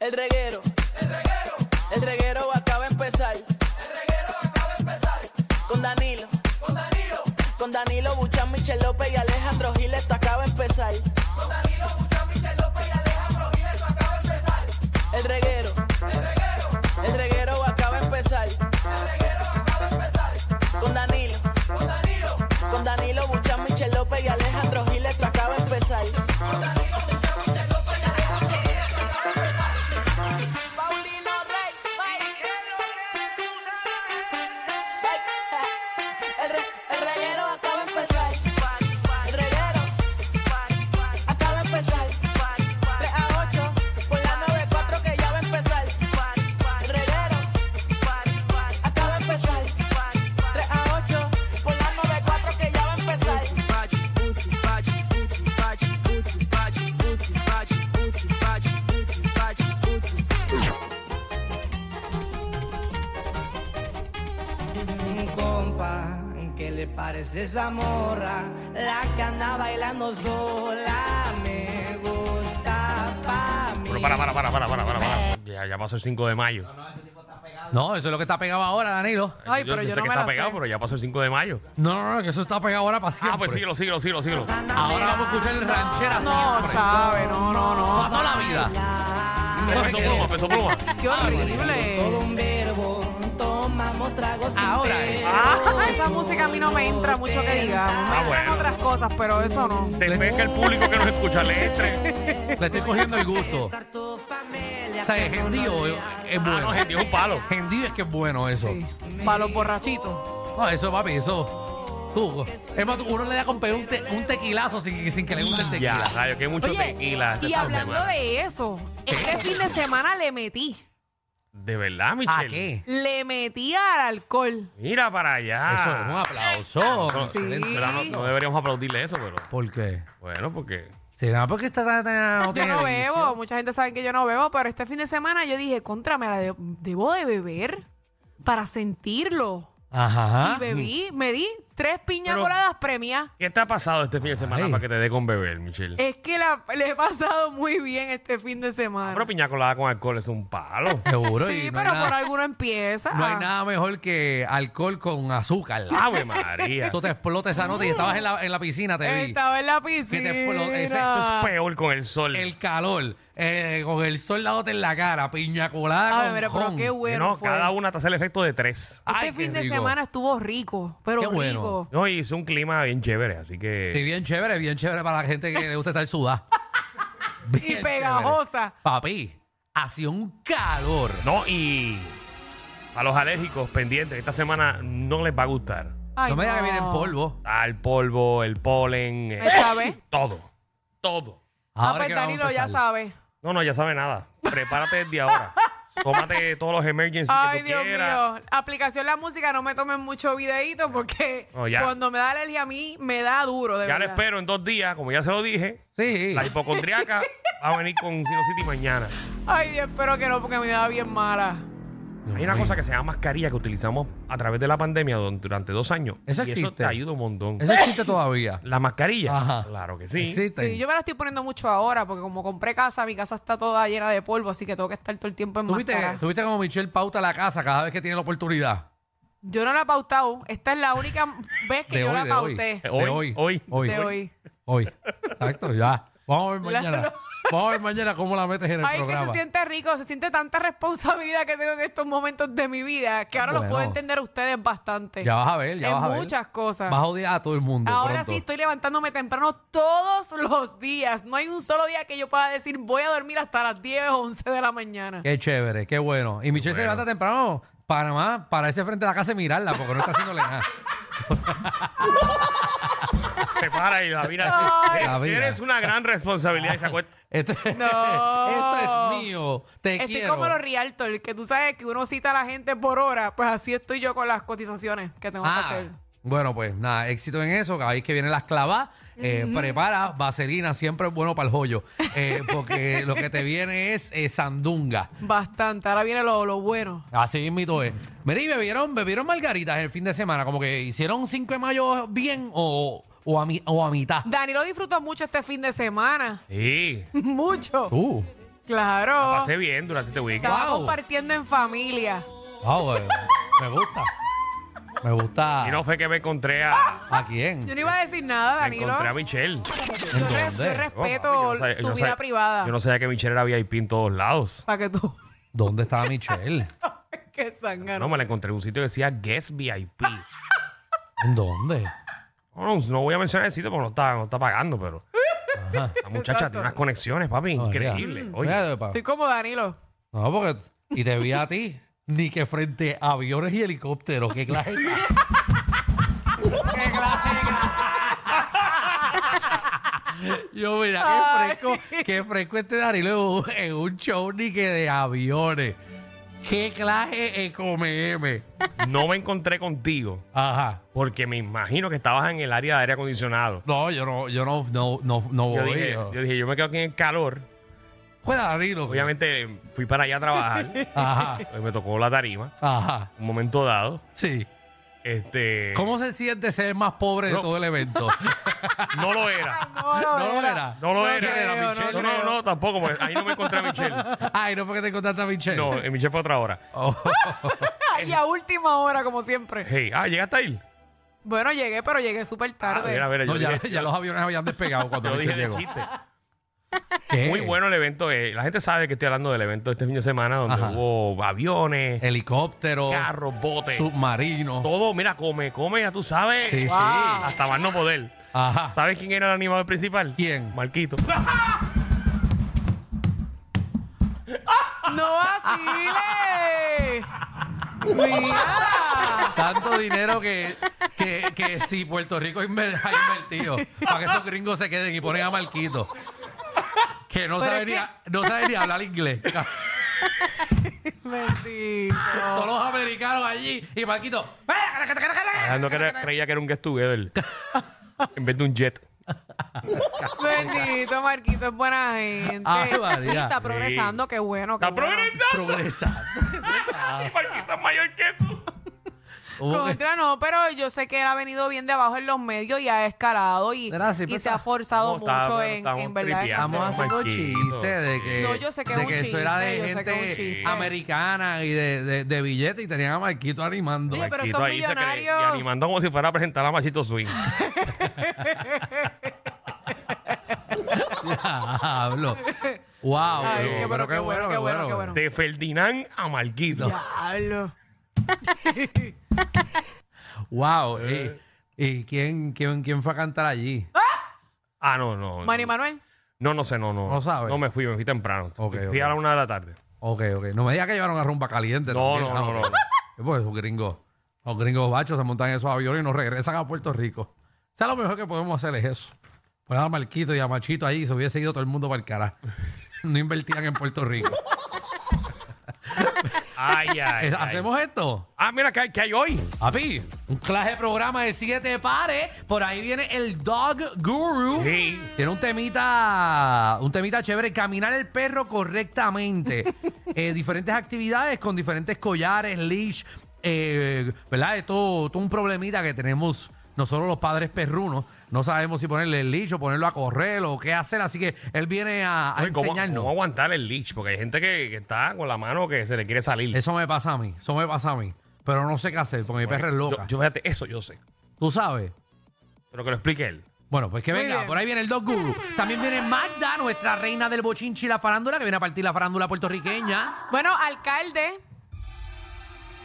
El reguero. El reguero. El reguero acaba de empezar. El reguero acaba de empezar. Con Danilo. Con Danilo. Con Danilo Buchan, Michel López y Alejandro Giles, esto acaba de empezar. Con Danilo Buchan, Michel López y Alejandro Giles, esto acaba de empezar. El reguero. El reguero. El reguero acaba de empezar. El reguero acaba de empezar. Con Danilo. Con Danilo. Con Danilo Buchan, Michel López y Alejandro Giles, esto acaba de empezar. Paulino Rey, El, re, el reguero acaba de empezar. El reguero acaba de empezar. 3 a 8 por la 94 que ya va a empezar. El reguero acaba de empezar. 3 a 8 por la 94 que ya va a empezar. un compa que le parece esa morra, la que anda bailando sola me gusta pa mí. Pero para, para, para, para, para, para, para. Ya, ya pasó el 5 de mayo. No, eso es lo que está pegado ahora, Danilo. Ay, pero yo sé no que me está la pegado, sé. pero ya pasó el 5 de mayo. No, no, no, que eso está pegado ahora para siempre. Ah, pues síguelo, síguelo, síguelo, síguelo. Ahora vamos a escuchar el ranchera No, siempre. Chávez, no, no, no. Ah, Para toda la vida. Peso pluma, peso pluma. Qué Todo horrible. un verbo, tomamos tragos Ahora es. enteros. Ah, esa música a mí no me entra mucho que digamos. Me Ah, entran bueno. otras cosas, pero eso no. Te ves que el público que nos escucha le entre. Le estoy cogiendo el gusto. O sea, el gendío es- es Ah, no, bueno. gente, es un palo. Gendío es que es bueno eso. Para los borrachitos. No, eso, papi, eso. Tú. Es más, uno le da con pegar un, te- un tequilazo sin, sin que le guste el Ya, tequila. rayo, que hay mucho tequila. y esta hablando semana. de eso, este fin de semana le metí. De verdad, ¿A Michelle. qué? Le metí al alcohol. Mira para allá. Eso es un aplauso. Sí. Excelente. Pero no, no deberíamos aplaudirle eso, pero. ¿Por qué? Bueno, porque. Si no, porque está tan- tan- Yo tiene no vicio. bebo, mucha gente sabe que yo no bebo, pero este fin de semana yo dije, contra, me la de- debo de beber para sentirlo. Ajá. Y bebí, me di tres piña Pero- coladas premias. ¿Qué te ha pasado este fin de semana Ay. para que te dé con beber, Michelle? Es que la, le he pasado muy bien este fin de Ah, semana. Pero piña colada con alcohol es un palo. Seguro. Sí, y no hay pero nada- por alguno empieza. No hay nada mejor que alcohol con azúcar. Ah, Ave María. Eso te explota esa nota y estabas en la, en la piscina, te vi. Estaba en la Que piscina. te explota. Ese- Eso eso es peor con el sol. es el calor, eh, con el sol dándote en la cara, piña colada Ay, con mira, pero ron. qué Que bueno no, fue. cada una te hace el efecto de tres. Este Ay, qué fin de rico. semana estuvo rico, pero Qué bueno. rico. No, y es un clima bien chévere, así que. Sí, bien chévere, bien chévere para la gente que le gusta estar sudada. Bien Y chévere. pegajosa. Papi, hacía un calor. No, y a los alérgicos pendientes, esta semana no les va a gustar. Ay, no me digas que no. viene en polvo. Ah, el polvo, el polen, eh, Esta vez. todo. Todo. Ah, Ahora pues que vamos a Danilo ya empezar. sabe. No, no, ya sabe nada. Prepárate desde ahora. Tómate todos los emergency Ay, que tú Dios quieras. mío. Aplicación La Música, no me tomen mucho Ah. videíto porque No, ya. cuando me da alergia a mí, me da duro, de Ya lo verdad. espero en dos días, como ya se lo dije. Sí. La hipocondriaca va a venir con City mañana. Ay, Dios, espero que no, porque me da bien mala. Dios Hay una mío. cosa que se llama mascarilla que utilizamos a través de la pandemia durante, durante dos años. Eso y eso existe. te ayuda un montón. Eso existe todavía. La mascarilla. Ajá. Claro que sí. Existe. Sí, yo me la estoy poniendo mucho ahora porque como compré casa, mi casa está toda llena de polvo, así que tengo que estar todo el tiempo en ¿Tuviste, máscara. tuviste como Michelle pauta la casa cada vez que tiene la oportunidad. Yo no la he pautado. Esta es la única vez que de yo hoy, la de pauté. hoy. De Eh, Hoy, hoy. hoy, Hoy. de hoy. Hoy. Exacto, ya. Vamos a ver La- mañana. Vamos a ver mañana cómo la metes en el Ay, que programa. se siente rico, se siente tanta responsabilidad que tengo en estos momentos de mi vida que ahora los Bueno. puedo entender a ustedes bastante. Ya vas a ver, ya En vas a ver. muchas cosas. Vas a odiar a todo el mundo. Ahora pronto. sí estoy levantándome temprano todos los días. No hay un solo día que yo pueda decir voy a dormir hasta las 10 o 11 de la mañana. Qué chévere, qué bueno. Y Michelle se bueno. levanta temprano para más, para ese frente de la casa y mirarla, porque no está haciéndole nada. Se para y la mira así. Ay. La vira. Tienes una gran responsabilidad y se acuesta. Esto, No. esto es mío. Te Estoy quiero. como los realtor, que tú sabes que uno cita a la gente por hora. Pues así estoy yo con las cotizaciones que tengo Ah, que hacer. Bueno, pues nada, éxito en eso. Cada vez que vienen las clavas, eh, prepara vaselina, siempre es bueno para el joyo. eh, porque lo que te viene es eh, sandunga. Bastante. Ahora viene lo, lo bueno. Así mismito es. Mira, y bebieron, bebieron margaritas el fin de semana, como que hicieron 5 de mayo bien o, o, a, mi- o a mitad. Dani lo disfrutó mucho este fin de semana. Sí, mucho. Uh, Claro. pasé bien durante este weekend. Estaba Wow. compartiendo en familia. wow, eh, me gusta. Me gusta. Y no fue que me encontré a, ¿A quién? Yo no iba a decir nada, me Ah, Danilo. encontré a Michelle. Yo, re- dónde? yo Oh, papi, respeto yo no sabía- yo tu no vida sabía- privada. Yo no sabía que Michelle era VIP en todos lados. Para que tú. ¿Dónde estaba Michelle? Qué zángano. No, me la encontré en un sitio que decía Guest VIP. No, ¿En dónde? no, no voy a mencionar el sitio porque no está, no está pagando, pero Ajá. Oh, la muchacha Exacto. Mm. tiene unas conexiones, papi, No, increíbles. mira. Oye, Mira, pa- Estoy como Danilo. No, porque. Y te vi a ti. Ni que frente a aviones y helicópteros. ¿Qué clase? Yo, mira, qué fresco, qué fresco este Danilo en un- en un show ni que de aviones. Qué clase M. no me encontré contigo Ajá. porque me imagino que estabas en el área de aire acondicionado. No, yo no, yo no, no, no, no Yo voy. dije, yo. yo dije, yo me quedo aquí en el calor. Fuera Danilo. Obviamente fui para allá a trabajar. Ajá, Eh, me tocó la tarima, ajá. un momento dado. Sí. Este, ¿Cómo se siente ser el más pobre de No. todo el evento? No lo era. No, no, no lo era. No lo No era. creo, no no, creo. no, no, tampoco. porque Ahí no me encontré a Michelle. Ay, no fue que te encontraste a Michelle. No, eh, Michelle fue a otra hora. Oh. Y a última hora, como siempre. Hey, ah, llegaste ahí. Bueno, llegué, pero llegué súper Ah, tarde. mira, mira, yo No, ya, dije, ya los aviones habían despegado cuando yo dije Michelle de llegó. chiste. ¿Qué? Muy bueno el evento. eh, La gente sabe que estoy hablando del evento de este fin de semana donde Ajá. Eh. hubo aviones, Helicóptero, carros, botes. submarino. Todo, mira, come, come, ya tú sabes. Sí, sí. Hasta más no poder. Ajá. ¿Sabes quién era el animador principal? ¿Quién? Marquito. ¡No vacile! ¡Mira! Tanto dinero que, que, que si Puerto Rico inver- ha invertido para que esos gringos se queden y ponen a Marquito. Que no Pero sabe, es ni, que- a- no sabe ni hablar inglés. Bendito. Todos los americanos allí y Marquito. Alejandro que era- Ah, creía que era un guest together. en vez de un jet. Bendito, Marquito, es buena gente. Ay, María. Y está progresando, qué bueno. Qué Ah, ¡Está bueno. progresando! Progresa. Marquito es mayor que tú. Hubo que- Contra no, pero yo sé que él ha venido bien de abajo en los medios y ha escalado y, Mira, sí, y pero se está- ha forzado No, está- mucho pero en, estamos en verdad. en tripeando. Estamos hacer- haciendo Marquito. chistes de que, No, yo sé que es de un que eso era de chiste, yo sé que es un gente chiste. americana y de, de, de billete y tenían a Marquito animando. Oye, pero Marquito son ahí se cree- millonarios. Y animando como si fuera a presentar a Machito Swing. Diablo. Wow. Ay, pero- qué bueno, qué bueno, qué bueno, qué bueno. De Ferdinand a Marquito. Diablo. Wow. eh, ¿Y quién, quién, quién fue a cantar allí? Ah, no, no. Manny Manuel. No, no sé, no, no. No sabe. No me fui, me fui temprano. Ok, fui ok. a la una de la tarde. Ok, ok. No me digas que llevaron a rumba caliente. No, también. no, no, Ah, no, ok. Pues esos gringos, los gringos bachos se montan en esos aviones y nos regresan a Puerto Rico. O sea, lo mejor que podemos hacer es eso. Poner a Marquito y a Machito ahí y se hubiese ido todo el mundo para el carajo. No invertían en Puerto Rico. Ay, ay, ay. Eh, ¿Hacemos esto? Ah, mira, ¿qué hay, qué hay hoy? Papi, un clase de programa de siete pares. Por ahí viene el Dog Guru. Sí. Tiene un temita, un temita chévere, caminar el perro correctamente. Eh, diferentes actividades con diferentes collares, leash, eh, ¿verdad? Es todo, todo un problemita que tenemos nosotros los padres perrunos. No sabemos si ponerle el leash o ponerlo a correr o qué hacer. Así que él viene a, a Oye, ¿cómo- enseñarnos. ¿Cómo aguantar el leash? Porque hay gente que, que está con la mano que se le quiere salir. Eso me pasa a mí, eso me pasa a mí. Pero no sé qué hacer porque mi perra es loca. Yo, yo, fíjate, eso yo sé. ¿Tú sabes? Pero que lo explique él. Bueno, pues que Muy venga, bien. por ahí viene el Dog Guru. También viene Magda, nuestra reina del bochinchi y la farándula, que viene a partir la farándula puertorriqueña. Bueno, alcalde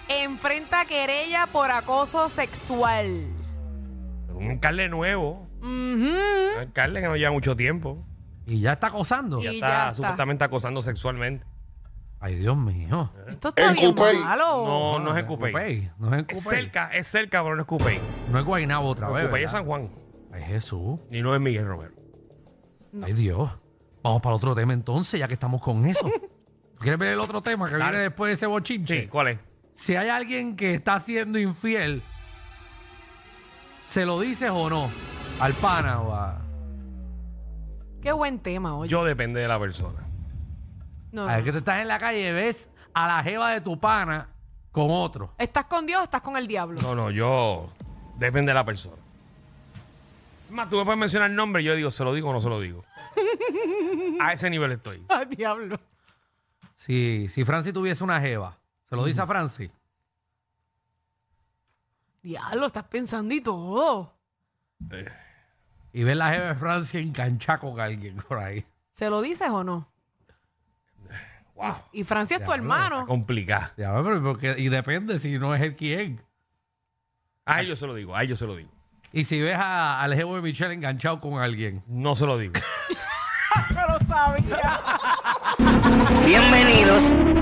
enfrenta querella por acoso sexual. Un alcalde nuevo. Ujú. Un alcalde que no lleva mucho tiempo. Y ya está acosando. Ya Y está, ya está. supuestamente acosando sexualmente. Ay, Dios mío. Esto está El bien Coupey. malo. Pues No, no es en en Coupey. No es en Es Coupey. cerca, es cerca, pero no es Coupey. No es Guaynabo otra vez. Coupey es ¿verdad? San Juan. Ay, Jesús. Y no es Miguel Romero. Ay, Dios. Vamos para el otro tema entonces, ya que estamos con eso. ¿Tú quieres ver el otro tema que Dale. viene después de ese bochinche? Sí, ¿cuál es? Si hay alguien que está siendo infiel, ¿se lo dices o no? Al pana o a... Qué buen tema, oye. Yo depende de la persona. No, a ver, no. que tú estás en la calle y ves a la jeva de tu pana con otro. ¿Estás con Dios o estás con el diablo? No, no, yo depende de la persona. Es Más, tú me puedes mencionar el nombre, yo digo, ¿se lo digo o no se lo digo? A ese nivel estoy. Al Ah, diablo. Si, si Franci tuviese una jeva, ¿se lo dice a Franci? Diablo, estás pensando y todo. Y ves la jeva de Franci enganchada con alguien por ahí. ¿Se lo dices o no? Wow. Y Francia es tu Diablo, hermano. Complicada. Ya, pero porque- y depende si no es el quien. A ellos se lo digo, a ellos se lo digo. Y si ves a- al jevo de Michelle enganchado con alguien. No se lo digo. Yo lo sabía. Bienvenidos al